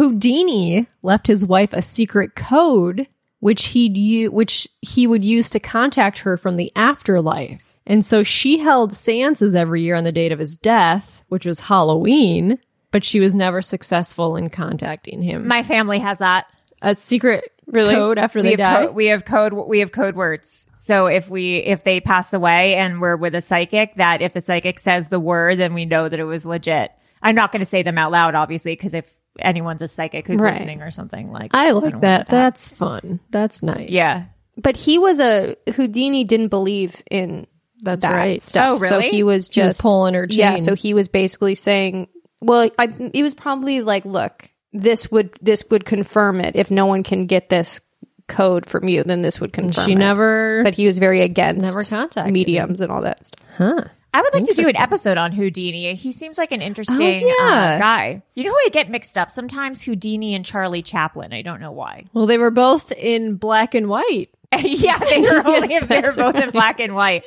[SPEAKER 3] Houdini left his wife a secret code which he'd u- which he would use to contact her from the afterlife. And so she held seances every year on the date of his death, which was Halloween, but she was never successful in contacting him.
[SPEAKER 2] My family has that.
[SPEAKER 3] a secret
[SPEAKER 4] Really?
[SPEAKER 3] code after
[SPEAKER 2] We
[SPEAKER 3] they
[SPEAKER 2] have,
[SPEAKER 3] die.
[SPEAKER 2] co- we have code. We have code words. So if we if they pass away and we're with a psychic, that if the psychic says the word, then we know that it was legit. I'm not going to say them out loud, obviously, because if anyone's a psychic who's
[SPEAKER 4] Right.
[SPEAKER 2] listening or something like,
[SPEAKER 3] I
[SPEAKER 2] don't
[SPEAKER 3] like
[SPEAKER 2] want
[SPEAKER 3] that. That's fun. That's nice.
[SPEAKER 2] yeah.
[SPEAKER 4] But he was a Houdini didn't believe in
[SPEAKER 3] That's
[SPEAKER 4] that
[SPEAKER 3] right.
[SPEAKER 4] stuff.
[SPEAKER 2] Oh,
[SPEAKER 4] So
[SPEAKER 2] really?
[SPEAKER 4] he was
[SPEAKER 3] He was
[SPEAKER 4] just
[SPEAKER 3] pulling her
[SPEAKER 4] Yeah.
[SPEAKER 3] chain.
[SPEAKER 4] So he was basically saying, well, I, he was probably like, look, this would this would confirm it. If no one can get this code from you, then this would
[SPEAKER 3] And
[SPEAKER 4] confirm.
[SPEAKER 3] she
[SPEAKER 4] it.
[SPEAKER 3] never
[SPEAKER 4] But he was very against
[SPEAKER 3] Never contacted
[SPEAKER 4] mediums and all that stuff.
[SPEAKER 3] Huh.
[SPEAKER 2] I would like to do an episode on Houdini. He seems like an interesting uh,
[SPEAKER 3] Oh, yeah.
[SPEAKER 2] guy. You know who I get mixed up sometimes? Houdini and Charlie Chaplin. I don't know why.
[SPEAKER 3] Well, they were both in black and white.
[SPEAKER 2] yeah, they were only if they were both in black and white.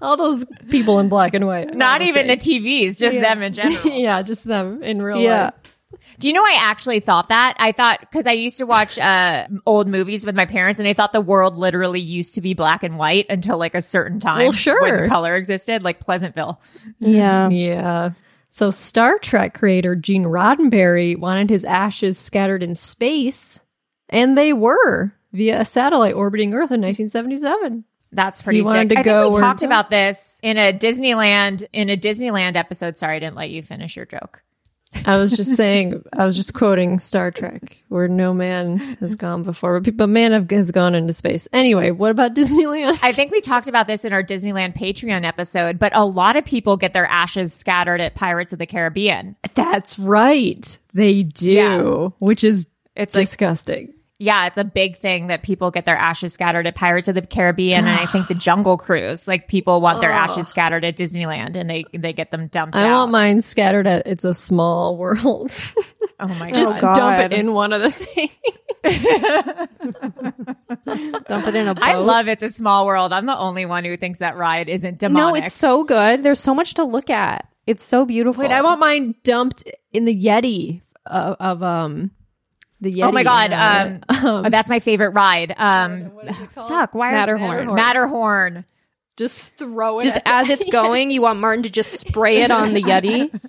[SPEAKER 3] All those people in black and white.
[SPEAKER 2] Not even the TVs, just them in general.
[SPEAKER 3] yeah, just them in real life.
[SPEAKER 2] Do you know I actually thought that? I thought because I used to watch uh, old movies with my parents, and I thought the world literally used to be black and white until like a certain time.
[SPEAKER 3] Well, sure.
[SPEAKER 2] when color existed, like Pleasantville.
[SPEAKER 4] Yeah.
[SPEAKER 3] Yeah. So Star Trek creator Gene Roddenberry wanted his ashes scattered in space, and they were via a satellite orbiting Earth in 1977.
[SPEAKER 2] That's pretty.
[SPEAKER 3] You wanted
[SPEAKER 2] sick.
[SPEAKER 3] to
[SPEAKER 2] I
[SPEAKER 3] go
[SPEAKER 2] think we
[SPEAKER 3] where-
[SPEAKER 2] talked about this in a Disneyland in a Disneyland episode. Sorry, I didn't let you finish your joke.
[SPEAKER 3] I was just saying, I was just quoting Star Trek, where no man has gone before, but, but man have- has gone into space. Anyway, what about Disneyland?
[SPEAKER 2] I think we talked about this in our Disneyland Patreon episode, but a lot of people get their ashes scattered at Pirates of the Caribbean.
[SPEAKER 3] That's right. They do,
[SPEAKER 2] Yeah.
[SPEAKER 3] which is
[SPEAKER 2] It's like
[SPEAKER 3] disgusting.
[SPEAKER 2] yeah, it's a big thing that people get their ashes scattered at Pirates of the Caribbean, and I think the Jungle Cruise. Like people want their ashes scattered at Disneyland, and they they get them dumped
[SPEAKER 3] I
[SPEAKER 2] out.
[SPEAKER 3] want mine scattered at It's a Small World.
[SPEAKER 2] oh my
[SPEAKER 3] Just
[SPEAKER 2] god!
[SPEAKER 3] dump
[SPEAKER 4] God.
[SPEAKER 3] it in one of the things.
[SPEAKER 4] Dump it in a boat.
[SPEAKER 2] I love it's a small world. I'm the only one who thinks that ride isn't
[SPEAKER 4] No,
[SPEAKER 2] demonic.
[SPEAKER 4] it's so good. There's so much to look at. It's so beautiful.
[SPEAKER 3] Wait, I want mine dumped in the Yeti of, of um the Yeti.
[SPEAKER 2] oh my god!
[SPEAKER 3] Uh,
[SPEAKER 2] Um, oh, that's my favorite ride. Um, fuck, why are-
[SPEAKER 4] Matterhorn.
[SPEAKER 2] Matterhorn.
[SPEAKER 3] just throw it.
[SPEAKER 4] just
[SPEAKER 3] at the-
[SPEAKER 4] as it's going, you want Martin to just spray it on the Yeti.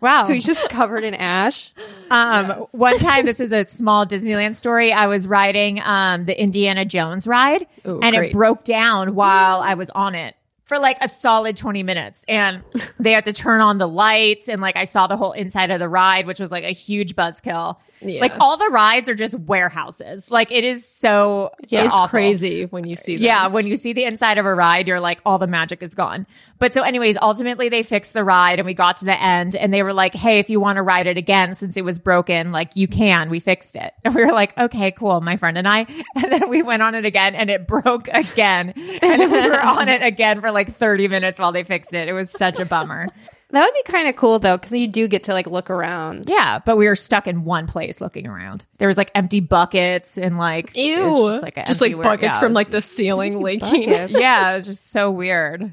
[SPEAKER 2] Wow.
[SPEAKER 4] So he's just covered in ash.
[SPEAKER 2] Um, one time, this is a small Disneyland story. I was riding um, the Indiana Jones ride,
[SPEAKER 3] Ooh,
[SPEAKER 2] and
[SPEAKER 3] great.
[SPEAKER 2] it broke down while I was on it for like a solid 20 minutes. And they had to turn on the lights, and like I saw the whole inside of the ride, which was like a huge buzzkill.
[SPEAKER 3] Yeah.
[SPEAKER 2] Like all the rides are just warehouses. Like it is so
[SPEAKER 3] yeah, it's
[SPEAKER 2] awful.
[SPEAKER 3] crazy when you see that.
[SPEAKER 2] Yeah, when you see the inside of a ride, you're like, all the magic is gone. But so, anyways, ultimately they fixed the ride and we got to the end and they were like, hey, if you want to ride it again, since it was broken, like you can, we fixed it. And we were like, okay, cool, my friend and I. And then we went on it again and it broke again. And then we were on it again for like 30 minutes while they fixed it. It was such a bummer.
[SPEAKER 4] That would be kind of cool though, because you do get to like look around.
[SPEAKER 2] Yeah, but we were stuck in one place looking around. There was like empty buckets and like, it was
[SPEAKER 3] Just like,
[SPEAKER 2] a empty warehouse.
[SPEAKER 3] buckets from like the ceiling leaking.
[SPEAKER 2] yeah, it was just so weird.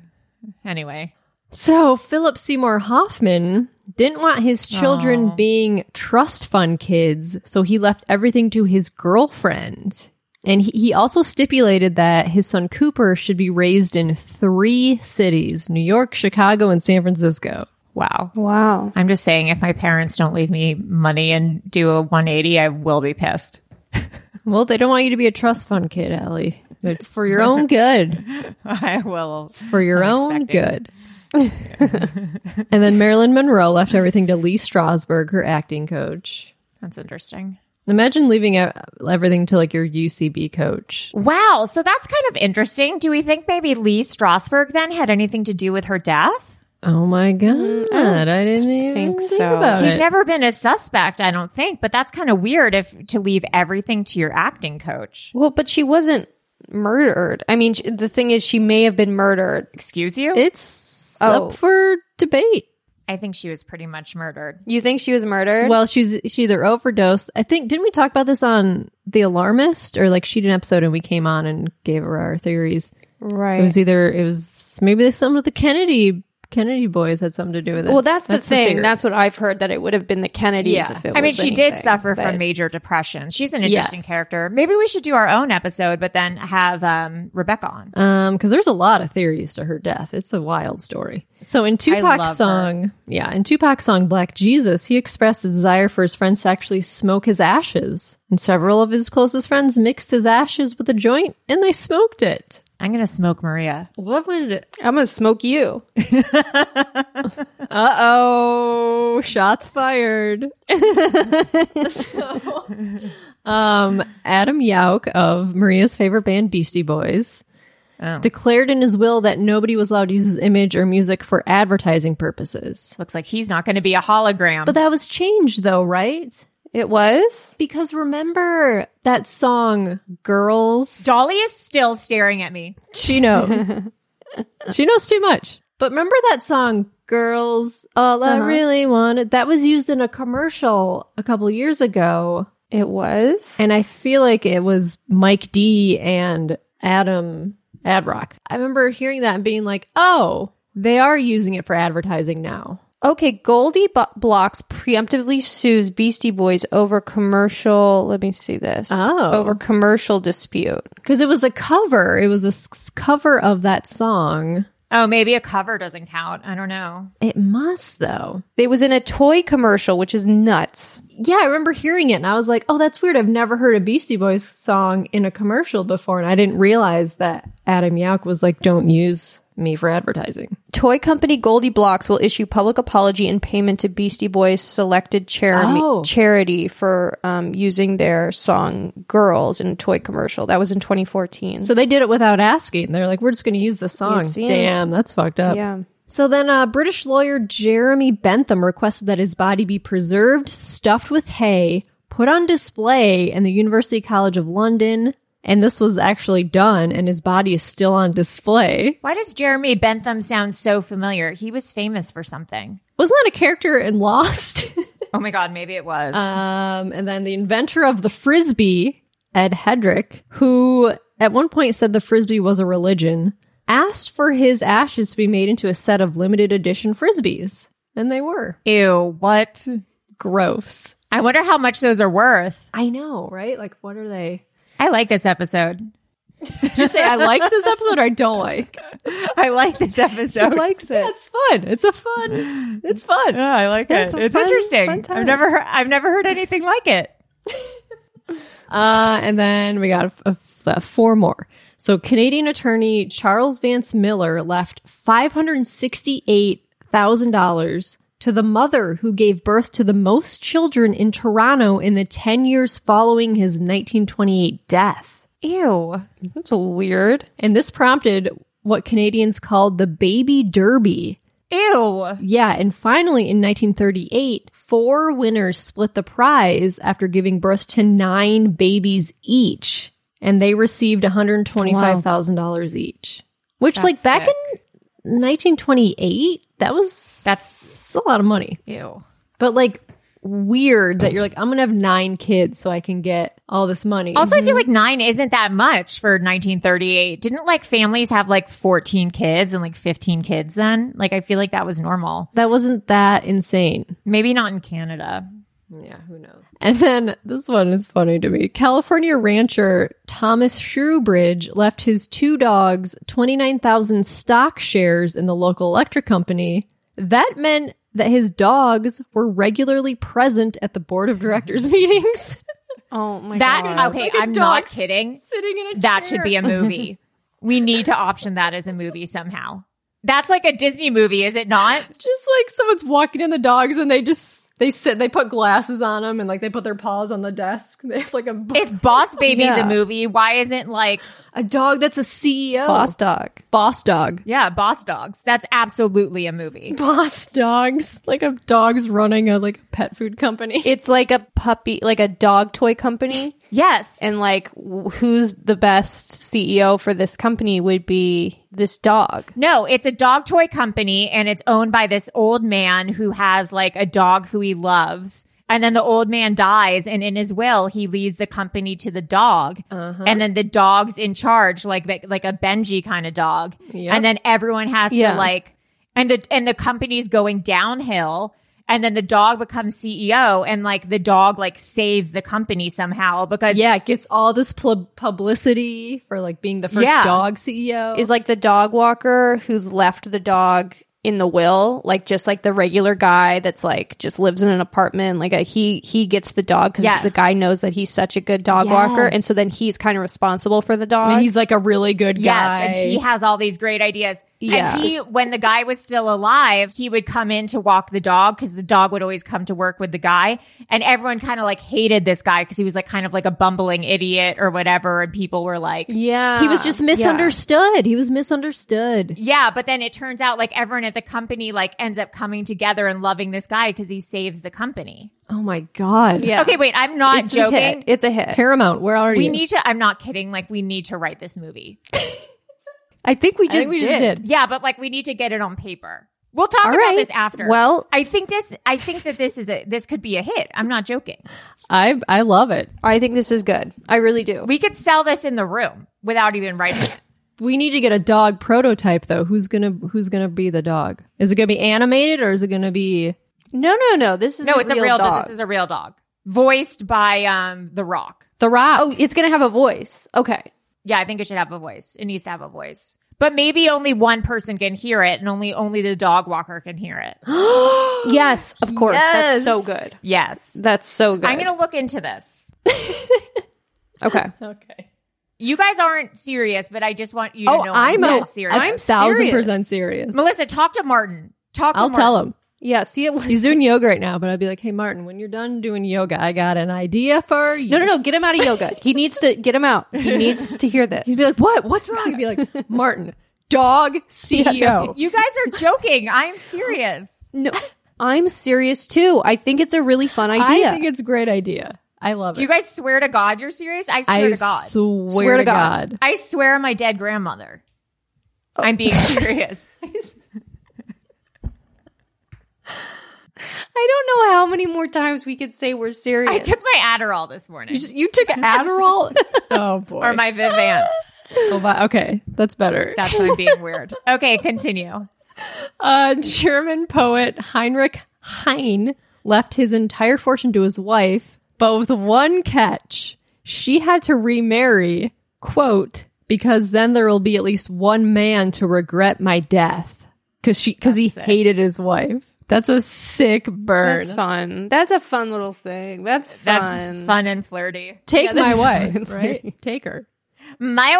[SPEAKER 2] Anyway.
[SPEAKER 3] So Philip Seymour Hoffman didn't want his children being trust fund kids, so he left everything to his girlfriend. And he, he also stipulated that his son Cooper should be raised in three cities New York, Chicago, and San Francisco.
[SPEAKER 2] Wow.
[SPEAKER 4] Wow.
[SPEAKER 2] I'm just saying, if my parents don't leave me money and do a 180, I will be pissed.
[SPEAKER 3] Well, they don't want you to be a trust fund kid, Allie. It's for your own good.
[SPEAKER 2] I will.
[SPEAKER 3] For your
[SPEAKER 2] I'm
[SPEAKER 3] own
[SPEAKER 2] expecting.
[SPEAKER 3] good. and then Marilyn Monroe left everything to Lee Strasberg, her acting coach.
[SPEAKER 2] That's interesting.
[SPEAKER 3] Imagine leaving out everything to like your UCB coach.
[SPEAKER 2] Wow. So that's kind of interesting. Do we think maybe Lee Strasberg then had anything to do with her death?
[SPEAKER 3] Oh my god! I didn't even think,
[SPEAKER 4] think so.
[SPEAKER 3] about
[SPEAKER 2] He's
[SPEAKER 3] it.
[SPEAKER 2] never been a suspect, I don't think, but that's kind of weird if to leave everything to your acting coach.
[SPEAKER 4] Well, but she wasn't murdered. I mean, sh- the thing is, she may have been murdered.
[SPEAKER 2] Excuse you?
[SPEAKER 3] it's
[SPEAKER 4] Oh.
[SPEAKER 3] up for debate.
[SPEAKER 2] I think she was pretty much murdered.
[SPEAKER 4] You think she was murdered?
[SPEAKER 3] Well, she's she either overdosed. I think didn't we talk about this on The Alarmist or like she did an episode and we came on and gave her our theories.
[SPEAKER 4] right.
[SPEAKER 3] It was either it was maybe there's something with the Kennedy Kennedy boys had something to do with it.
[SPEAKER 4] well, that's, the thing.
[SPEAKER 3] theory.
[SPEAKER 4] that's what I've heard that it would have been the Kennedys.
[SPEAKER 3] Yeah.
[SPEAKER 4] If it
[SPEAKER 2] I mean,
[SPEAKER 4] was
[SPEAKER 2] she did
[SPEAKER 4] anything,
[SPEAKER 2] suffer
[SPEAKER 4] but-
[SPEAKER 2] from major depression. She's an interesting
[SPEAKER 3] Yes.
[SPEAKER 2] character. Maybe we should do our own episode, but then have um, Rebecca on.
[SPEAKER 3] Um, because there's a lot of theories to her death. It's a wild story. So in
[SPEAKER 2] love her.
[SPEAKER 3] Tupac's song, yeah, in Tupac's song "Black Jesus," he expressed his desire for his friends to actually smoke his ashes, and several of his closest friends mixed his ashes with a joint and they smoked it.
[SPEAKER 2] I'm going to smoke Maria.
[SPEAKER 3] What would?
[SPEAKER 4] I'm gonna smoke you.
[SPEAKER 3] Uh oh, shots fired. So, um, Adam Yauch of Maria's favorite band, Beastie Boys. Declared in his will that nobody was allowed to use his image or music for advertising purposes.
[SPEAKER 2] Looks like he's not going to be a hologram.
[SPEAKER 3] But that was changed though, right?
[SPEAKER 4] It was.
[SPEAKER 3] Because remember that song Girls?
[SPEAKER 2] Dolly is still staring at me.
[SPEAKER 3] She knows. she knows too much. But remember that song Girls All I Really Wanted? That was used in a commercial a couple years ago.
[SPEAKER 4] It was.
[SPEAKER 3] And I feel like it was Mike D and Adam Adrock. I remember hearing that and being like, oh, they are using it for advertising now.
[SPEAKER 4] okay, Goldie B- Blocks preemptively sues Beastie Boys over commercial. Let me see this.
[SPEAKER 3] Oh.
[SPEAKER 4] over commercial dispute.
[SPEAKER 3] Because it was a cover. It was a s- cover of that song.
[SPEAKER 2] Oh, maybe a cover doesn't count. I don't know.
[SPEAKER 3] It must, though.
[SPEAKER 4] It was in a toy commercial, which is nuts.
[SPEAKER 3] Yeah, I remember hearing it and I was like, oh, that's weird. I've never heard a Beastie Boys song in a commercial before. And I didn't realize that Adam Yauch was like, don't use me for advertising.
[SPEAKER 4] Toy company Goldie Blocks will issue public apology and payment to Beastie Boys selected chari-
[SPEAKER 3] Oh.
[SPEAKER 4] charity for um, using their song "Girls" in a toy commercial. That was in 2014.
[SPEAKER 3] So they did it without asking. They're like, we're just going to use the song.
[SPEAKER 4] seems-
[SPEAKER 3] Damn, that's fucked up.
[SPEAKER 4] yeah,
[SPEAKER 3] So then, uh, British lawyer Jeremy Bentham requested that his body be preserved, stuffed with hay, put on display in the University College of London. And this was actually done, and his body is still on display.
[SPEAKER 2] Why does Jeremy Bentham sound so familiar? He was famous for something.
[SPEAKER 3] Wasn't that a character in Lost?
[SPEAKER 2] Oh my God, maybe it was.
[SPEAKER 3] Um, and then the inventor of the frisbee, Ed Hedrick, who at one point said the frisbee was a religion, asked for his ashes to be made into a set of limited edition frisbees, and they were.
[SPEAKER 2] Ew, what?
[SPEAKER 3] Gross.
[SPEAKER 2] I wonder how much those are worth.
[SPEAKER 3] I know, right? Like, what are they?
[SPEAKER 2] I like this episode.
[SPEAKER 3] Did you say I like this episode or I don't like?
[SPEAKER 2] I like this episode.
[SPEAKER 3] like this. It's fun. It's a fun. It's fun.
[SPEAKER 2] Yeah, I like it.
[SPEAKER 3] It's a
[SPEAKER 2] It's
[SPEAKER 3] fun-
[SPEAKER 2] interesting.
[SPEAKER 3] fun time.
[SPEAKER 2] I've never heard, I've never heard anything like it.
[SPEAKER 3] Uh, and then we got a, a- a- four more. So Canadian attorney Charles Vance Miller left five hundred sixty-eight thousand dollars to the mother who gave birth to the most children in Toronto in the ten years following his nineteen twenty-eight death.
[SPEAKER 2] Ew.
[SPEAKER 4] that's weird.
[SPEAKER 3] And this prompted what Canadians called the baby derby,
[SPEAKER 2] Ew.
[SPEAKER 3] Yeah, and finally in 1938, four winners split the prize after giving birth to nine babies each, and they received $125,000 each. Which like back in 1928, that was
[SPEAKER 2] That's-
[SPEAKER 3] a lot of money.
[SPEAKER 2] Ew.
[SPEAKER 3] But like weird that you're like I'm going to have 9 kids so I can get all this money.
[SPEAKER 2] Also, I feel like nine isn't that much for 1938. Didn't like families have like 14 kids and like 15 kids then? Like, I feel like that was normal.
[SPEAKER 3] that wasn't that insane.
[SPEAKER 2] Maybe not in Canada.
[SPEAKER 3] Yeah, who knows? And then this one is funny to me. California rancher Thomas Shrewbridge left his two dogs 29,000 stock shares in the local electric company. That meant that his dogs were regularly present at the board of directors meetings.
[SPEAKER 4] Oh my
[SPEAKER 2] That
[SPEAKER 4] god.
[SPEAKER 2] okay,
[SPEAKER 3] a
[SPEAKER 2] I'm
[SPEAKER 3] dog
[SPEAKER 2] not
[SPEAKER 3] s-
[SPEAKER 2] kidding.
[SPEAKER 3] sitting in a
[SPEAKER 2] that
[SPEAKER 3] chair.
[SPEAKER 2] should be a movie. we need to option that as a movie somehow. That's like a Disney movie, is it not?
[SPEAKER 3] just like someone's walking in the dogs and they just they sit they put glasses on them and like they put their paws on the desk. They have like a
[SPEAKER 2] If Boss Baby's
[SPEAKER 3] Yeah.
[SPEAKER 2] a movie, why isn't like
[SPEAKER 3] a dog that's a E CEO
[SPEAKER 4] Boss dog.
[SPEAKER 3] boss dog
[SPEAKER 2] yeah, Boss Dogs? That's absolutely a movie.
[SPEAKER 3] boss dogs like a dog's running a like pet food company.
[SPEAKER 4] It's like a puppy, like a dog toy company,
[SPEAKER 2] Yes,
[SPEAKER 4] and like w- who's the best CEO for this company would be this dog.
[SPEAKER 2] No, it's a dog toy company and it's owned by this old man who has like a dog who he loves. And then the old man dies and in his will, he leaves the company to the dog. And then the dog's in charge, like, like a Benji kind of dog. And then everyone has
[SPEAKER 4] Yeah.
[SPEAKER 2] to like, and the, and the company's going downhill. And then the dog becomes CEO and like the dog like saves the company somehow because
[SPEAKER 3] yeah, it gets all this pl- publicity for like being the first
[SPEAKER 2] Yeah.
[SPEAKER 3] dog E CEO.
[SPEAKER 4] Is like the dog walker who's left the dog in the will, like just like the regular guy that's like just lives in an apartment. Like a, he he gets the dog because
[SPEAKER 2] Yes.
[SPEAKER 4] the guy knows that he's such a good dog walker, and so then he's kind of responsible for the dog.
[SPEAKER 3] and he's like a really good
[SPEAKER 2] Yes,
[SPEAKER 3] guy.
[SPEAKER 2] and he has all these great ideas.
[SPEAKER 4] Yeah.
[SPEAKER 2] And he, when the guy was still alive, he would come in to walk the dog because the dog would always come to work with the guy. And everyone kind of like hated this guy because he was like kind of like a bumbling idiot or whatever. And people were like,
[SPEAKER 4] yeah,
[SPEAKER 3] he was just misunderstood. He was misunderstood.
[SPEAKER 2] yeah, but then it turns out like everyone at the company like ends up coming together and loving this guy because he saves the company.
[SPEAKER 3] Oh my god.
[SPEAKER 4] Yeah.
[SPEAKER 2] Okay, wait, I'm not
[SPEAKER 4] It's a hit.
[SPEAKER 2] joking.
[SPEAKER 4] It's a hit.
[SPEAKER 3] Paramount, where are
[SPEAKER 2] We
[SPEAKER 3] you?
[SPEAKER 2] need to, I'm not kidding. Like, we need to write this movie.
[SPEAKER 4] I think we
[SPEAKER 3] I think we just did.
[SPEAKER 2] Yeah, but like we need to get it on paper. We'll talk
[SPEAKER 4] All
[SPEAKER 2] about
[SPEAKER 4] right.
[SPEAKER 2] this after.
[SPEAKER 4] Well-
[SPEAKER 2] I think this. I think that this is a. This could be a hit. I'm not joking.
[SPEAKER 3] I I love it.
[SPEAKER 4] I think this is good. I really do.
[SPEAKER 2] We could sell this in the room without even writing it.
[SPEAKER 3] We need to get a dog prototype though. Who's gonna Who's gonna be the dog? Is it gonna be animated or is it gonna be?
[SPEAKER 4] no, no, no. This is
[SPEAKER 2] No, it's a real.
[SPEAKER 4] dog.
[SPEAKER 2] This is a real dog, voiced by um The Rock.
[SPEAKER 3] The Rock.
[SPEAKER 4] oh, it's gonna have a voice. Okay.
[SPEAKER 2] Yeah, I think it should have a voice. It needs to have a voice, but maybe only one person can hear it, and only only the dog walker can hear it.
[SPEAKER 4] Yes, of course. That's so good.
[SPEAKER 2] Yes,
[SPEAKER 4] That's so good.
[SPEAKER 2] I'm gonna look into this.
[SPEAKER 4] okay.
[SPEAKER 3] okay.
[SPEAKER 2] You guys aren't serious, but I just want you to
[SPEAKER 3] Oh,
[SPEAKER 2] know
[SPEAKER 3] I'm
[SPEAKER 2] not
[SPEAKER 3] a,
[SPEAKER 2] serious.
[SPEAKER 3] I'm thousand percent serious.
[SPEAKER 2] Melissa, talk to Martin. Talk. To
[SPEAKER 3] I'll
[SPEAKER 2] Martin.
[SPEAKER 3] tell him.
[SPEAKER 4] Yeah. See it.
[SPEAKER 3] He's doing yoga right now, but I'd be like, "Hey, Martin, when you're done doing yoga, I got an idea for you."
[SPEAKER 4] No, no, no. Get him out of yoga. He needs to get him out. He needs to hear this.
[SPEAKER 3] He'd be like, "What? What's wrong?" He'd be like, "Martin, dog E CEO."
[SPEAKER 2] You guys are joking. I'm serious.
[SPEAKER 4] No, I'm serious too. I think it's a really fun idea.
[SPEAKER 3] I think it's a great idea. I love
[SPEAKER 2] Do you
[SPEAKER 3] it.
[SPEAKER 2] guys swear to God you're serious? I swear
[SPEAKER 3] I
[SPEAKER 2] to God.
[SPEAKER 3] swear,
[SPEAKER 4] Swear
[SPEAKER 3] to
[SPEAKER 4] to
[SPEAKER 3] God.
[SPEAKER 4] God.
[SPEAKER 2] I swear on my dead grandmother. I'm being serious.
[SPEAKER 4] I don't know how many more times we could say we're serious.
[SPEAKER 2] I took my Adderall this morning.
[SPEAKER 3] You took Adderall. oh boy.
[SPEAKER 2] Or my Vivance.
[SPEAKER 3] Oh, wow. okay, that's better.
[SPEAKER 2] That's when I'm being weird. Okay, continue.
[SPEAKER 3] Uh, German poet Heinrich Heine left his entire fortune to his wife, but with one catch. She had to remarry, quote, because then there will be at least one man to regret my death. Because she, because he hated his wife. That's a sick burn.
[SPEAKER 4] That's fun. That's a fun little thing. That's
[SPEAKER 2] That's
[SPEAKER 4] fun.
[SPEAKER 2] fun and flirty.
[SPEAKER 3] Take
[SPEAKER 4] Yeah,
[SPEAKER 3] my
[SPEAKER 4] that's
[SPEAKER 3] wife,
[SPEAKER 4] fun.
[SPEAKER 3] right? Take her.
[SPEAKER 2] My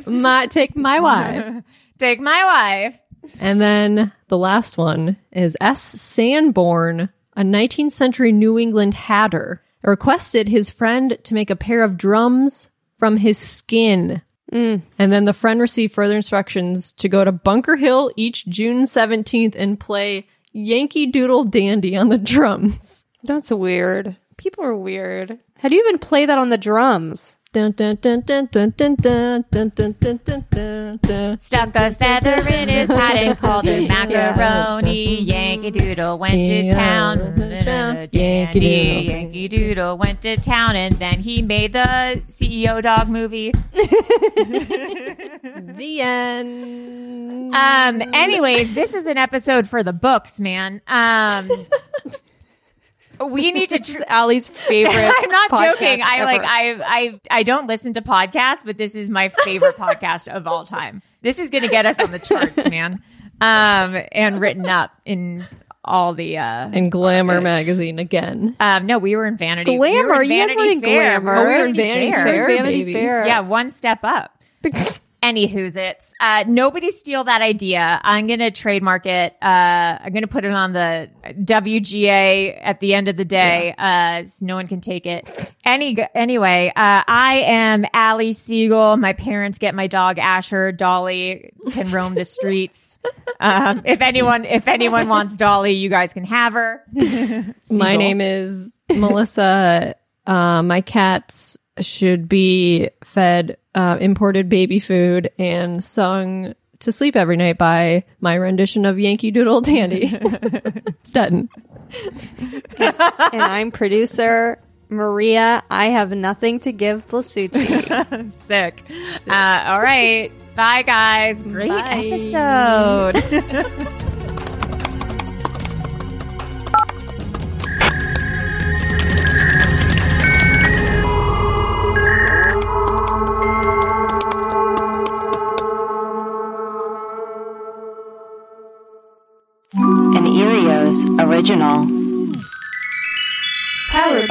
[SPEAKER 2] wife.
[SPEAKER 3] My, take my wife.
[SPEAKER 2] Take my wife.
[SPEAKER 3] And then the last one is S. Sanborn, a 19th century New England hatter, requested his friend to make a pair of drums from his skin. And then the friend received further instructions to go to Bunker Hill each June 17th and play Yankee Doodle Dandy on the drums.
[SPEAKER 4] That's weird. People are weird. How do you even play that on the drums?
[SPEAKER 3] Dun, dun, dun, dun, dun, dun, dun, dun, dun, dun, dun, dun, dun.
[SPEAKER 2] Stuck a feather in his hat and called it macaroni. Yankee Doodle went to
[SPEAKER 3] Yeah.
[SPEAKER 2] town. Dandy,
[SPEAKER 3] Yankee Doodle.
[SPEAKER 2] Yankee Doodle went to town, and then he made the CEO Dog movie.
[SPEAKER 3] The end.
[SPEAKER 2] Um. Anyways, this is an episode for the books, man. Um. We need to. Tr-
[SPEAKER 4] Ali's favorite.
[SPEAKER 2] I'm not
[SPEAKER 4] podcast
[SPEAKER 2] joking. I
[SPEAKER 4] ever.
[SPEAKER 2] like. I. I. I don't listen to podcasts, but this is my favorite podcast of all time. This is going to get us on the charts, man. Um. And written up in all the uh
[SPEAKER 3] and Glamour magazine again.
[SPEAKER 2] um no, we were in Vanity. we were
[SPEAKER 4] Mm-hmm. Glamour?
[SPEAKER 2] in
[SPEAKER 4] You guys
[SPEAKER 2] Vanity
[SPEAKER 4] were in
[SPEAKER 2] Fair.
[SPEAKER 4] Glamour.
[SPEAKER 2] We were
[SPEAKER 4] Oh,
[SPEAKER 2] in
[SPEAKER 3] Vanity Fair, baby.
[SPEAKER 2] Yeah, one step up. Any who's it's. Uh, nobody steal that idea. I'm going to trademark it. Uh, I'm going to put it on the WGA at the end of the day. Uh, so no one can take it. Any anyway, uh, I am Allie Siegel. My parents get my dog Asher. Dolly can roam the streets. um, if anyone if anyone wants Dolly, you guys can have her.
[SPEAKER 3] My name is Melissa. Uh, my cats should be fed uh, imported baby food and sung to sleep every night by my rendition of Yankee Doodle Dandy. Stetton.
[SPEAKER 4] and I'm producer Maria. I have nothing to give Blasucci.
[SPEAKER 2] sick. Uh, all right. Bye, guys. Great
[SPEAKER 3] Bye.
[SPEAKER 2] episode.
[SPEAKER 6] An Erios original.
[SPEAKER 7] Powered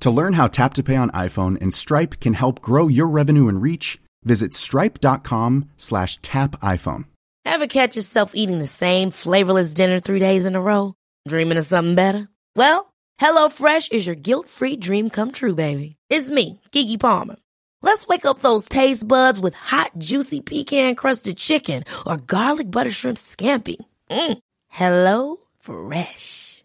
[SPEAKER 5] To learn how Tap to Pay on iPhone and Stripe can help grow your revenue and reach, visit stripe.com slash tap iPhone.
[SPEAKER 8] Ever catch yourself eating the same flavorless dinner three days in a row? Dreaming of something better? Well, HelloFresh is your guilt free dream come true, baby. It's me, Kiki Palmer. Let's wake up those taste buds with hot, juicy pecan crusted chicken or garlic butter shrimp scampi. Mm. Hello Fresh.